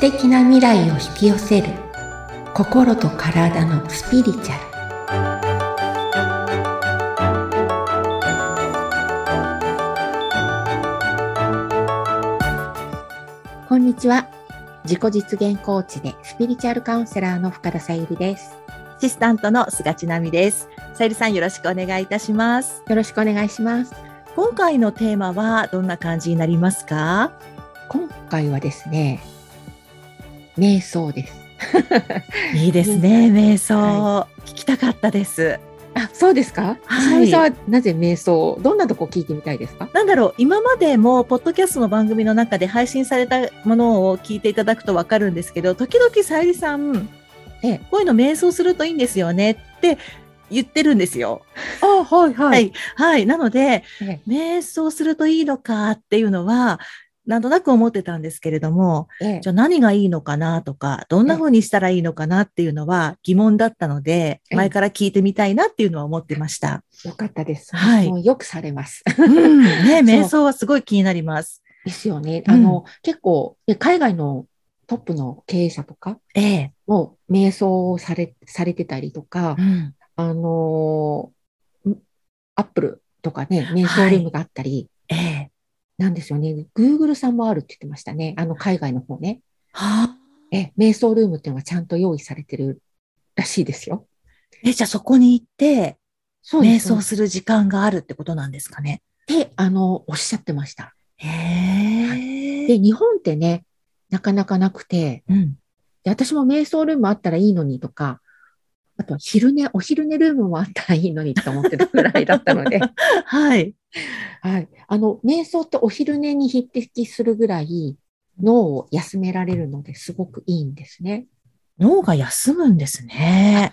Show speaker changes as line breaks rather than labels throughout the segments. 敵な未来を引き寄せる心と体のスピリチュアルこんにちは自己実現コーチでスピリチュアルカウンセラーの深田さゆりです
シスタントの菅千奈美です。さゆりさんよろしくお願いいたします。
よろしくお願いします
今回のテーマはどんな感じになりますか
今回はですね瞑想です
いいです
う
ね、
ん
瞑想、
は
聞きたかったです。
あ、そうですか。
はい
はみさんはなぜ瞑想を、どんなとこ聞いてみたいですか。
なんだろう、今までも、ポッドキャストの番組の中で配信されたものを聞いていただくとわかるんですけど、時々さゆりさん、
ええ
こういうの瞑想するといいんですよねって言ってるんですよ。
あ、はいは。
はいい。はい。なので、
え
瞑想するといいのかっていうのは、なんとなく思ってたんですけれども、
え
じゃあ何がいいのかなとか、どんな風にしたらいいのかなっていうのは疑問だったので、
ええ
前から聞いてみたいなっていうのは思ってました。
よかったです。
はい
もうよくされます。
うん、
そ
ね、
う
瞑想はすごい気になります。
ですよね。
うん
あの、結構、ね海外のトップの経営者とか。
ええ。
も瞑想をされ、されてたりとか
う、ん、
あのーんアップルとかね、瞑想ルームがあったり。
ええ。
なんですよね。Google さんもあるって言ってましたね。あの海外の方ね。
はあ、
え、瞑想ルームっていうのがちゃんと用意されてるらしいですよ。
え、じゃあそこに行って、
そうで
瞑
す。そう
想
です
する時間があるってことなんですかね。
って、あの、おっしゃってました。
へ
で、
え。
日本ってね、なかなかなくて、
うん。
で私も瞑想ルームあったらいいのにとか、あと昼寝、お昼寝ルームもあったらいいのにと思ってたぐらいだったの で、
はい。
はい。あの、瞑想ってお昼寝に匹敵するぐらい脳を休められるのですごくいいんですね。
脳が休むんですね。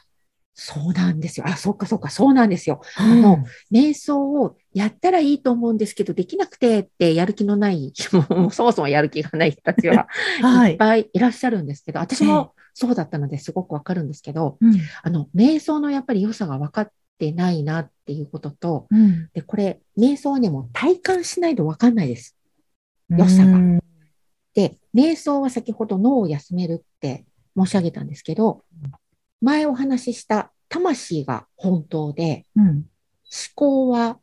そうなんですよ。あ、そっかそっか、そうなんですよ。
あ
の瞑想をやったらいいと思うんですけど、できなくてってやる気のない、 もうそもそもやる気がない人たちは
はい
っ
い。
ぱいいらっしゃるんですけど、私もそうだったのですごくわかるんですけど、
うん。
あの、瞑想のやっぱり良さが分かってないなっていうことと、
うん。
で、これ、瞑想はね、もう体感しないと分かんないです。良さが
うん
で、瞑想は先ほど脳を休めるって申し上げたんですけど、前お話しした魂が本当で、
うん。
思考は、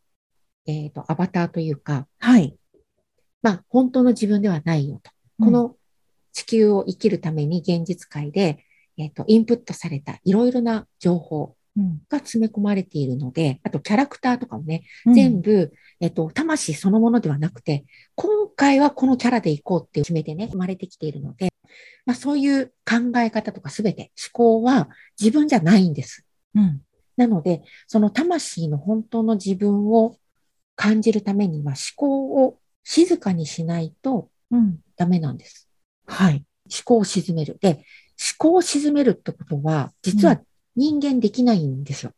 えっ、と、アバターというか、
はい。
まあ、本当の自分ではないよと。この地球を生きるために現実界で、えっ、と、インプットされたいろいろな情報
うん、
が詰め込まれているので、あとキャラクターとかもね、
うん
全部、えっ、と、魂そのものではなくて、今回はこのキャラでいこうっていう決めてね、生まれてきているので、まあ、そういう考え方とかすべて思考は自分じゃないんです。
うん。
なので、その魂の本当の自分を感じるためには思考を静かにしないと
うん。
ダメなんです。
はい。
思考を沈める。で、思考を沈めるってことは、実
う
は人間できないんですよ。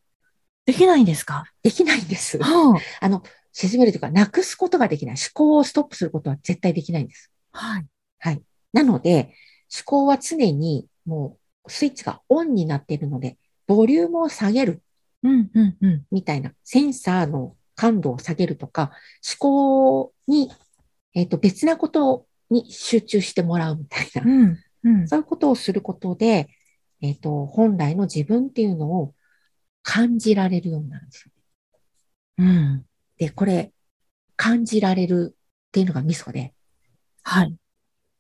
できないんですか
できないんです。
は
あの、沈めるというか、なくすことができない。思考をストップすることは絶対できないんです。
はい。
なので、思考は常にもうスイッチがオンになっているので、ボリュームを下げる
うん、うん、うん。
みたいな、センサーの感度を下げるとか、思考に、えっ、と、別なことに集中してもらうみたいな。
うん、うん。
そういうことをすることで、えっ、と、本来の自分っていうのを感じられるようになるんですよ。
うん。
で、これ、感じられるっていうのがミソで、
はい。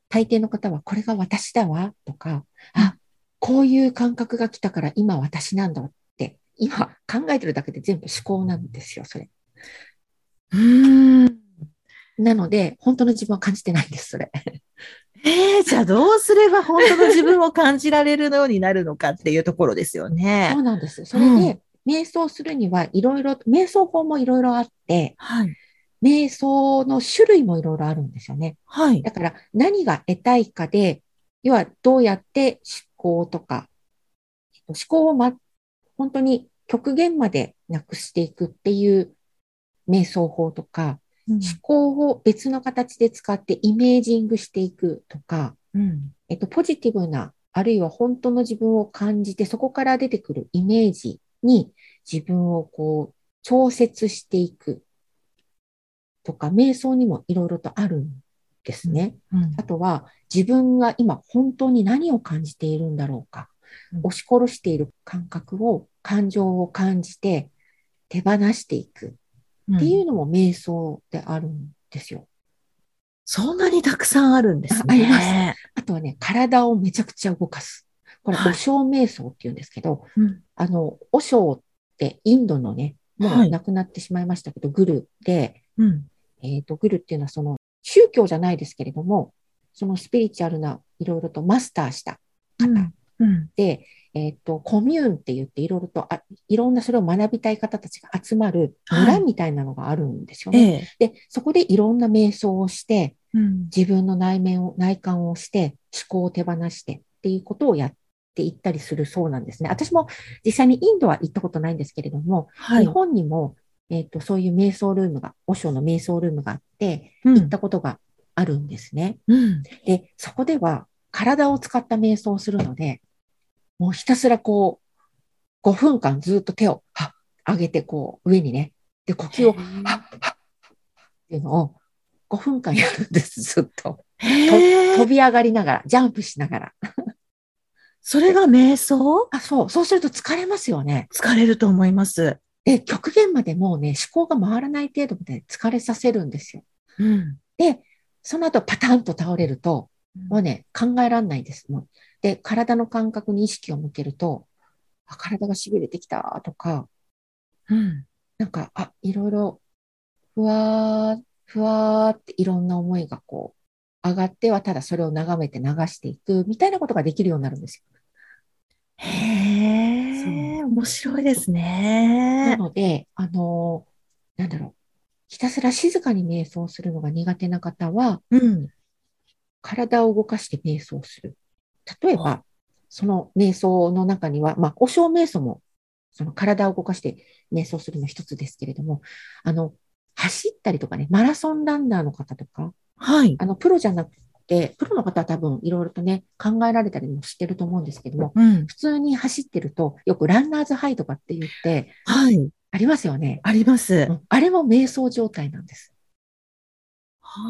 大抵の方はこれが私だわとか、あ、こういう感覚が来たから今私なんだって、今考えてるだけで全部思考なんですよ、それ。
うん。
なので、本当の自分は感じてないんです、それ。
えー、じゃあどうすれば本当の自分を感じられるようになるのかっていうところですよね
そう。なんです。それで、瞑想するにはいろいろ、瞑想法もいろいろあって、
はい。
瞑想の種類もいろいろあるんですよね。
はい。
だから何が得たいかで、要はどうやって思考とか、思考をま、本当に極限までなくしていくっていう瞑想法とか、
うん
思考を別の形で使ってイメージングしていくとか、
うん。
えっと、ポジティブな、あるいは本当の自分を感じて、そこから出てくるイメージに自分をこう、調節していくとか、瞑想にもいろいろとあるんですね。
うん
あとは自分が今本当に何を感じているんだろうか
うん。
押し殺している感覚を、感情を感じて手放していくっていうのも瞑想であるんですよ。
そんなにたくさんあるんですね。
あありまあとはね、体をめちゃくちゃ動かす。これ、
はい
お正瞑想って言うんですけど、
うん
あの、お正ってインドのね、も
は
う
い
亡くなってしまいましたけど、グルで、
うん。
えっ、と、グルっていうのはその宗教じゃないですけれども、そのスピリチュアルないろいろとマスターした
う
方
ん。うん。
で、えっ、と、コミューンって言っていろいろとあ、いろんなそれを学びたい方たちが集まる
は
村
い
みたいなのがあるんですよね。
ええ。
で、そこでいろんな瞑想をして、
うん。
自分の内面を、内観をして、思考を手放してっていうことをやっていったりするそうなんですね。私も実際にインドは行ったことないんですけれども、
は
日
い。
本にも、えっ、と、そういう瞑想ルームが、オショの瞑想ルームがあって、
う
行っ
ん。
たことがあるんですね。
うん。
で、そこでは体を使った瞑想をするので、もうひたすらこう、5分間ずっと手を、はっ、上げてこう、上にね。で、呼吸を、はっ、はっ、はっっていうのを5分間やるんです、ずっと。
へ
飛
え。
び上がりながら、ジャンプしながら。
それが瞑想
あ、そう、そうすると疲れますよね。
疲れると思います。
で、極限までもうね、思考が回らない程度まで疲れさせるんですよ。
うん。
で、その後パタンと倒れると、もうね、考えらんないです。もうで、体の感覚に意識を向けると、あ体が痺れてきたとか、
うん。
なんか、あ、いろいろ、ふわー、ふわーっていろんな思いがこう、上がってはただそれを眺めて流していくみたいなことができるようになるんですよ
へえ。面白いです
な
ね。
ので、あのーなんだろう。ひたすら静かに瞑想するのが苦手な方は、
うん。
体を動かして瞑想する。例えば、その瞑想の中には、まあ、お正瞑想も、その体を動かして瞑想するの一つですけれども、あの、走ったりとかね、マラソンランナーの方とか、
はい。
あの、プロじゃなくて、プロの方は多分いろいろとね、考えられたりもしてると思うんですけども、
うん。
普通に走ってると、よくランナーズハイとかって言って、
はい。
ありますよね。
あります。
うんあれも瞑想状態なんです。
は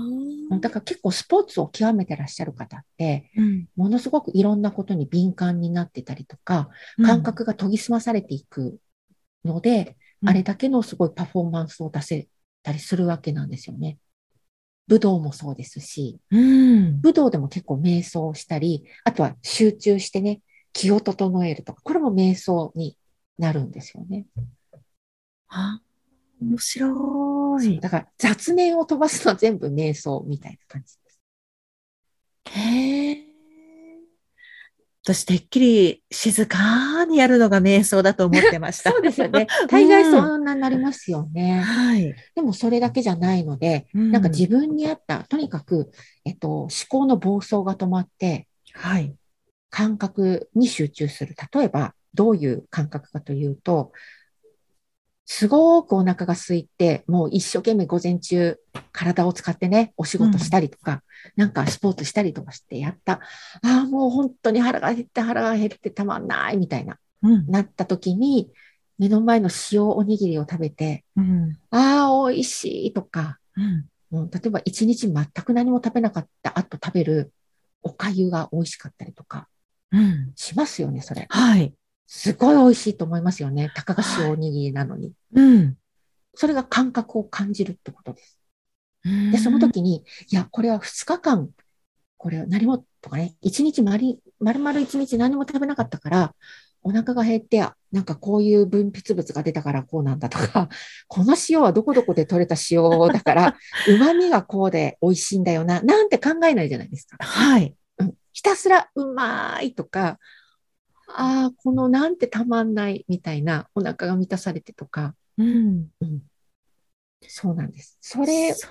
だから結構スポーツを極めてらっしゃる方って、
うん。
ものすごくいろんなことに敏感になってたりとか、感覚が研ぎ澄まされていくので、
うん
あれだけのすごいパフォーマンスを出せたりするわけなんですよね。武道もそうですし、
うん。
武道でも結構瞑想をしたり、あとは集中してね、気を整えるとか、これも瞑想になるんですよね。
あ、面白い。
だから雑念を飛ばすのは全部瞑想みたいな感じです。
へえ。私、てっきり静かにやるのが瞑想だと思ってました。
そうですよ ね。大概そんなになりますよね。
はい。
でもそれだけじゃないので、
な
なんか自分に合った、とにかく、えっと、思考の暴走が止まって、
はい。
感覚に集中する。例えば、どういう感覚かというと、すごくお腹が空いて、もう一生懸命午前中、体を使ってね、お仕事したりとか、なんかスポーツしたりとかしてやった。ああ、もう本当に腹が減って、腹が減ってたまんない、みたいな。
うん。
なった時に、目の前の塩おにぎりを食べて、
うん。
ああ、美味しいとか、
うん。
うん例えば一日全く何も食べなかった後食べるおかゆが美味しかったりとか
うん。
しますよね、それ。
はい。
すごい美味しいと思いますよね。たかが塩おにぎりなのに。
うん。
それが感覚を感じるってことです。で、その時に、いや、これは2日間、これは何もとかね、1日まり、丸々1日何も食べなかったから、お腹が減って、あなんかこういう分泌物が出たからこうなんだとか、 この塩はどこどこで取れた塩だから、旨味がこうで美味しいんだよな、なんて考えないじゃないですか。
はい。
うんひたすらうまいとか、ああ、このなんてたまんないみたいな、お腹が満たされてとか、
うん。
うん、そうなんです。それ
そ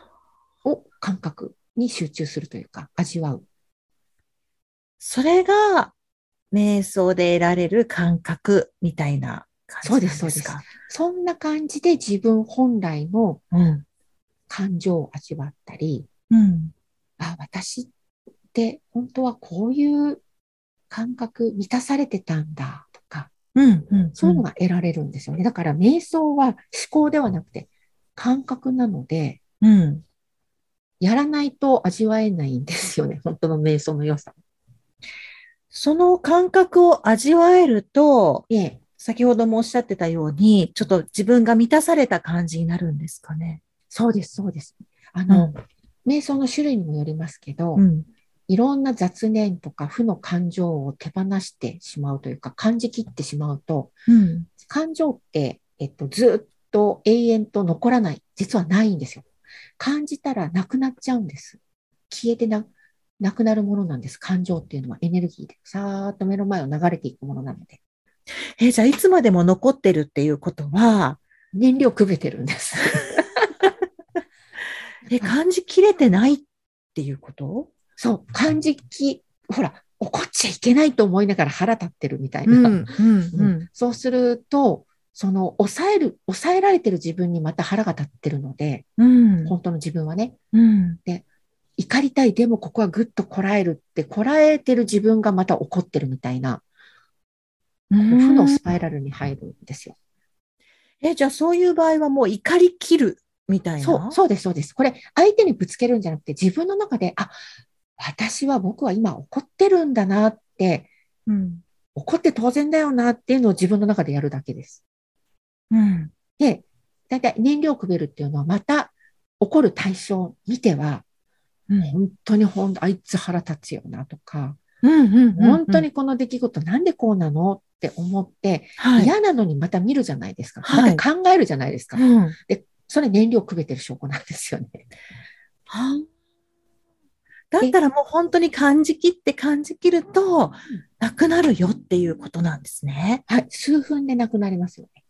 を感覚に集中するというか、味わう。
それが、瞑想で得られる感覚みたいな感じなんですか。
そうですそうそんな感じで自分本来の
うん。
感情を味わったり、
うん。
あ、私って本当はこういう感覚満たされてたんだとか、
うん。うん。
そういうのが得られるんですよね。だから瞑想は思考ではなくて感覚なので、
うん。
やらないと味わえないんですよ ね。本当の瞑想の良さ。
その感覚を味わえると、
ええ、
先ほどもおっしゃってたように、ちょっと自分が満たされた感じになるんですかね。
そうです、そうです。あの、瞑想の種類にもよりますけど、
うん。
いろんな雑念とか負の感情を手放してしまうというか、感じきってしまうと、
うん。
感情って、えっと、ずっと永遠と残らない。実はないんですよ。感じたらなくなっちゃうんです。消えてな、なくなるものなんです。感情っていうのはエネルギーで、さーっと目の前を流れていくものなので。
え、じゃあいつまでも残ってるっていうことは、
燃料くべてるんです。
え、感じきれてないっていうこと
そう、感じき、ほら、怒っちゃいけないと思いながら腹立ってるみたいな。
うん、うん。
そうすると、その抑える、抑えられてる自分にまた腹が立ってるので、
うん。
本当の自分はね、
うん。
怒りたい、でもここはぐっとこらえるって、こらえてる自分がまた怒ってるみたいな、
う
こう負の
ん
ス。パイラルに入るんですよ。
え、じゃあそういう場合はもう怒り切るみたいな。
そう、そうです、そうです。これ、相手にぶつけるんじゃなくて、自分の中で、あ、私は僕は今怒ってるんだなって、
うん。
怒って当然だよなっていうのを自分の中でやるだけです。
うん。
で、だいたい燃料をくべるっていうのは、また起こる対象を見ては、
うん。
本当にほんあいつ腹立つよなとか、
うん。うん。
本当にこの出来事なんでこうなのって思って、
はい。
嫌なのにまた見るじゃないですか。
は
ま
い
た考えるじゃないですか。
うん。は
それ燃料をくべてる証拠なんですよね。
あだったらもう本当に感じ切って感じ切ると、なくなるよっていうことなんですね。
はい。数分でなくなりますよね。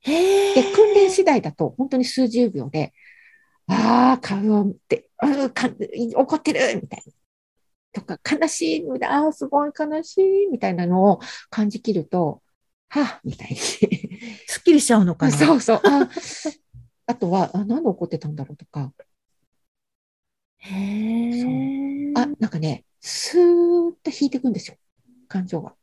へ
で、訓練次第だと、本当に数十秒で、ああ、顔を見て、あーか怒ってるみたいな。とか、悲しい、ああ、すごい悲しい、みたいなのを感じきると、はあ、みたいに。
すっきりしちゃうのかな。
そうそう。あーあとは、あ、なんで怒ってたんだろうとか、
へえ。
あ、なんかね、スーッと引いていくんですよ。感情が。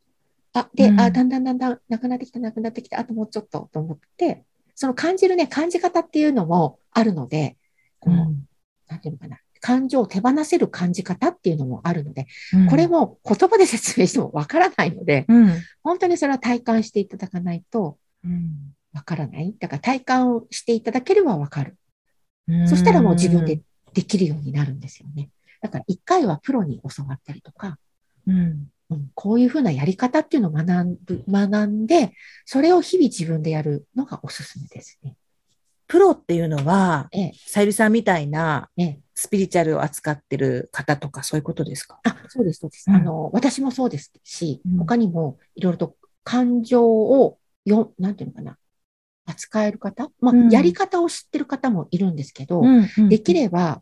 あ、で、
うん
あ、だんだんだんだん、なくなってきた、なくなってきた、あともうちょっと、と思って、その感じるね、感じ方っていうのもあるので、こ
う
の、
ん
なんていうのかな、感情を手放せる感じ方っていうのもあるので、
うん
これも言葉で説明してもわからないので、
うん。
本当にそれは体感していただかないと
うん
わからない。だから体感をしていただければわかる。そしたらもう自分で。できるようになるんですよね。だから一回はプロに教わったりとか、
うん。
うん、こういうふうなやり方っていうのを学ぶ、学んで、それを日々自分でやるのがおすすめですね。
プロっていうのは、
ええ、
さゆりさんみたいな
ええ。
スピリチュアルを扱ってる方とかそういうことですか
あ、そうです、そうです。
うん
あの、私もそうですし
うん、
他にもいろいろと感情をよ、なんていうのかな、扱える方、まあ、
うん
やり方を知ってる方もいるんですけど、でき
る。
れば、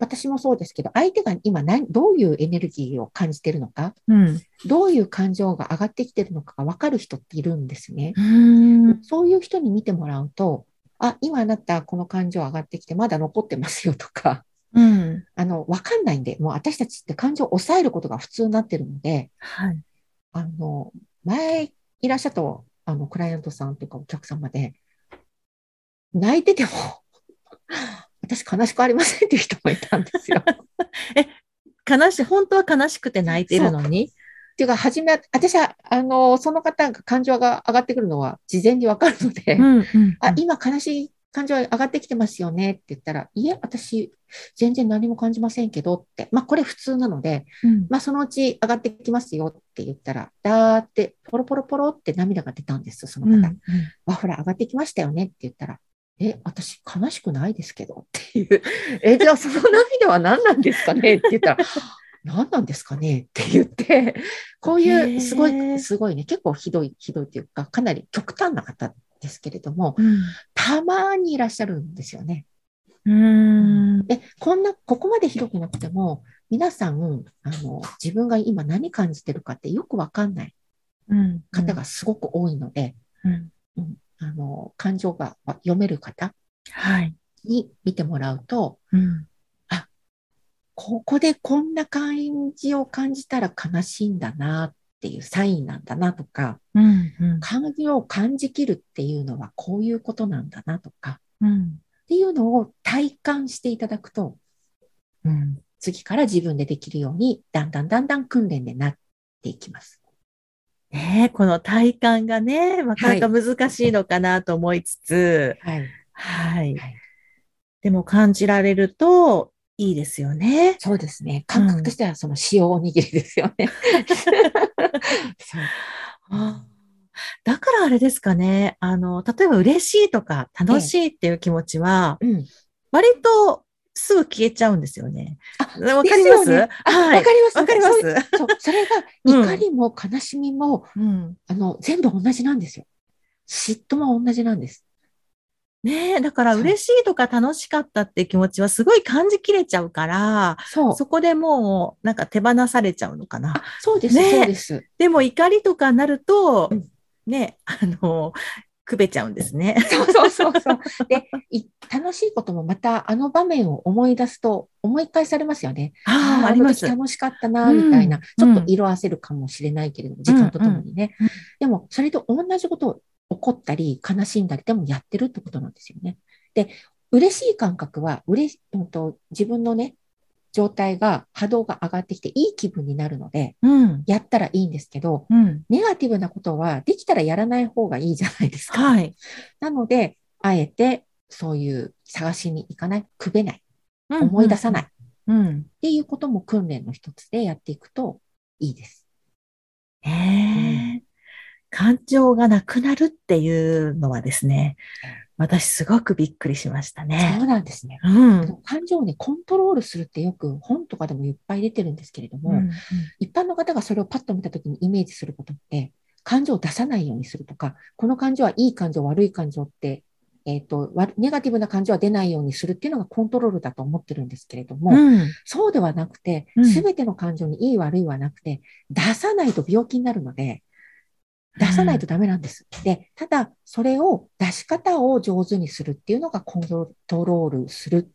私もそうですけど、相手が今何、どういうエネルギーを感じてるのか、
うん。
どういう感情が上がってきてるのかが分かる人っているんですね。
うん。
そういう人に見てもらうと、あ、今あなたこの感情上がってきて、まだ残ってますよとか、
うん。
あの、わかんないんで、もう私たちって感情を抑えることが普通になってるので、
はい。
あの、前いらっしゃった、あの、クライアントさんというかお客様で、泣いてても、 私悲しくありませんっていう人もいたんですよ。っ
悲しい、本当は悲しくて泣いてるのに。
ていうか、初めは、私は、あの、その方が感情が上がってくるのは事前にわかるので、
ん。うん
あ、今悲しい感情が上がってきてますよねって言ったら、いえ、私、全然何も感じませんけどって、まあこれ普通なので、
うん
まあそのうち上がってきますよって言ったら、だーって、ポロポロポロって涙が出たんですよ、その
うん。う
方。
ん
わ、ほら、上がってきましたよねって言ったら、え、私悲しくないですけどっていう、え、じゃあその涙は何なんですかねって言ったら、何なんですかねって言って、こう
へ
い
ー
う、すごい、すごいね、結構ひどい、ひどいというか、かなり極端な方ですけれども、たまにいらっしゃるんですよね。
うん。
で、こんな、ここまでひどくなくても、皆さん、あの、自分が今何感じてるかってよくわかんない
うん。
方がすごく多いので、
うん。
あの、感情がわ読める方
はい。
に見てもらうと、
うん。
ここでこんな感じを感じたら悲しいんだなっていうサインなんだなとか、
うん。うん
感情を感じきるっていうのはこういうことなんだなとか、
うん。
っていうのを体感していただくと、
うん。
次から自分でできるように、だんだんだんだん訓練でなっていきます。
ねえこの体感がね、なかなか難しいのかなと思いつつ、
はい。
はい。
はい
でも感じられるといいですよね。
そうですね。感覚としては、その塩おにぎりですよね。 そう。
あーだからあれですかね。あの、例えば嬉しいとか楽しいっていう気持ちは、
うん。
割とすぐ消えちゃうんですよね。
あ
わかりま
ですよねあ
はい
わかります。
わかりま
そう
す。
そう、それが
うん
怒りも悲しみも、
うん。
あの、全部同じなんですよ。嫉妬も同じなんです。
ねえ、だから
そう
嬉しいとか楽しかったっていう気持ちはすごい感じきれちゃうから、
そう。
そこでもうなんか手放されちゃうのかな。
あ、そうです、
ね
そうです。
でも怒りとかになると
うん、
ね、あの、くべちゃうんですね。
そうそうそうそう。で、い楽しいこともまたあの場面を思い出すと思い返されますよね。
ああ、あ
あ
り
の
ま
時
す。
楽しかったな、
うん
みたいな。ちょっ
う
と
ん
色あせるかもしれないけれども、時間とともにね
うんうん。
でも、それと同じことを怒ったり、悲しんだりでもやってるってことなんですよね。で、嬉しい感覚は、うれし、うんと、自分のね、状態が、波動が上がってきていい気分になるので、
うん。
やったらいいんですけど、
うん。
ネガティブなことはできたらやらない方がいいじゃないですか。
はい。
なので、あえてそういう探しに行かない、くべない、思い出さないっ
うん。うん。
ていうことも訓練の一つでやっていくといいです。
ねえ感情がなくなるっていうのはですね、私すごくびっくりしました
そう
ね。
なんですね。
うん。うん
感情をね、コントロールするってよく本とかでもいっぱい出てるんですけれども、
うん
一般の方がそれをパッと見たときにイメージすることって、感情を出さないようにするとか、この感情はいい感情、悪い感情って、えっ、と、わネガティブな感情は出ないようにするっていうのがコントロールだと思ってるんですけれども、
うん。
そうではなくて
う、ん
すべての感情にいい悪いはなくて、出さないと病気になるので、出さないとダメなんです。で、ただ、それを、出し方を上手にするっていうのがコントロールする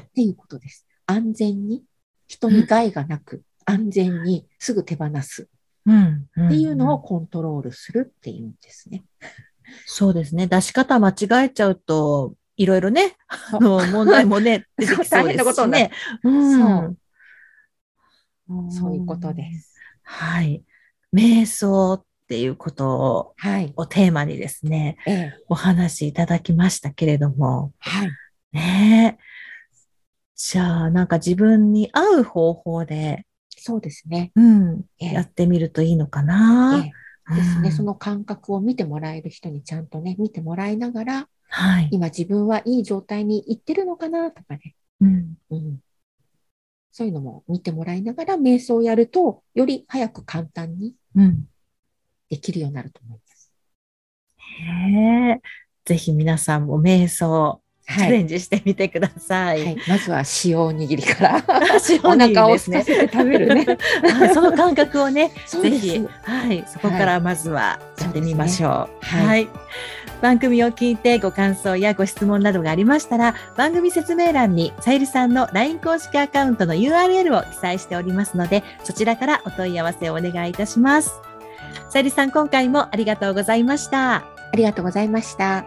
っていうことです。安全に、人に害がなく、安全にすぐ手放す
うん。っ
っていうのをコントロールするっていうんですね。
そうですね。出し方間違えちゃうと、いろいろね、あの、問題 もね、出てきそう
大変
で
なこ
す
と
し
にな
ね
る。
うん。
そういうことです。
はい。瞑想っていうこと
はい。
をテーマにですね、
ええ。
お話しいただきましたけれども、
はい。
ねえ。じゃあ、なんか自分に合う方法で、
そうですね。
うん、
ええ
やってみるといいのか
え
な
え。ですね。
うん
その感覚を見てもらえる人にちゃんとね、見てもらいながら、
はい。
今自分はいい状態にいってるのかなとかね、
うん
うん、そういうのも見てもらいながら瞑想をやると、より早く簡単に
うん。
できるようになると思います。
ねえぜひ皆さんも瞑想、チ
は
ャレ
い。
ンジしてみてくださ。
はい い、まずは塩おにぎりから。お
私本人
腹を
です
空か
ね
せて食べるね。
はいその感覚をね、
そう
ぜ
で
ひ、
す。
はい、そこからまずはやってみましょう。
すね
は、
はい
番組を聞いてご感想やご質問などがありましたら、番組説明欄にさゆりさんの LINE 公式アカウントの URL を記載しておりますので、そちらからお問い合わせをお願いいたします。さゆりさん、今回もありがとうございました。
ありがとうございました。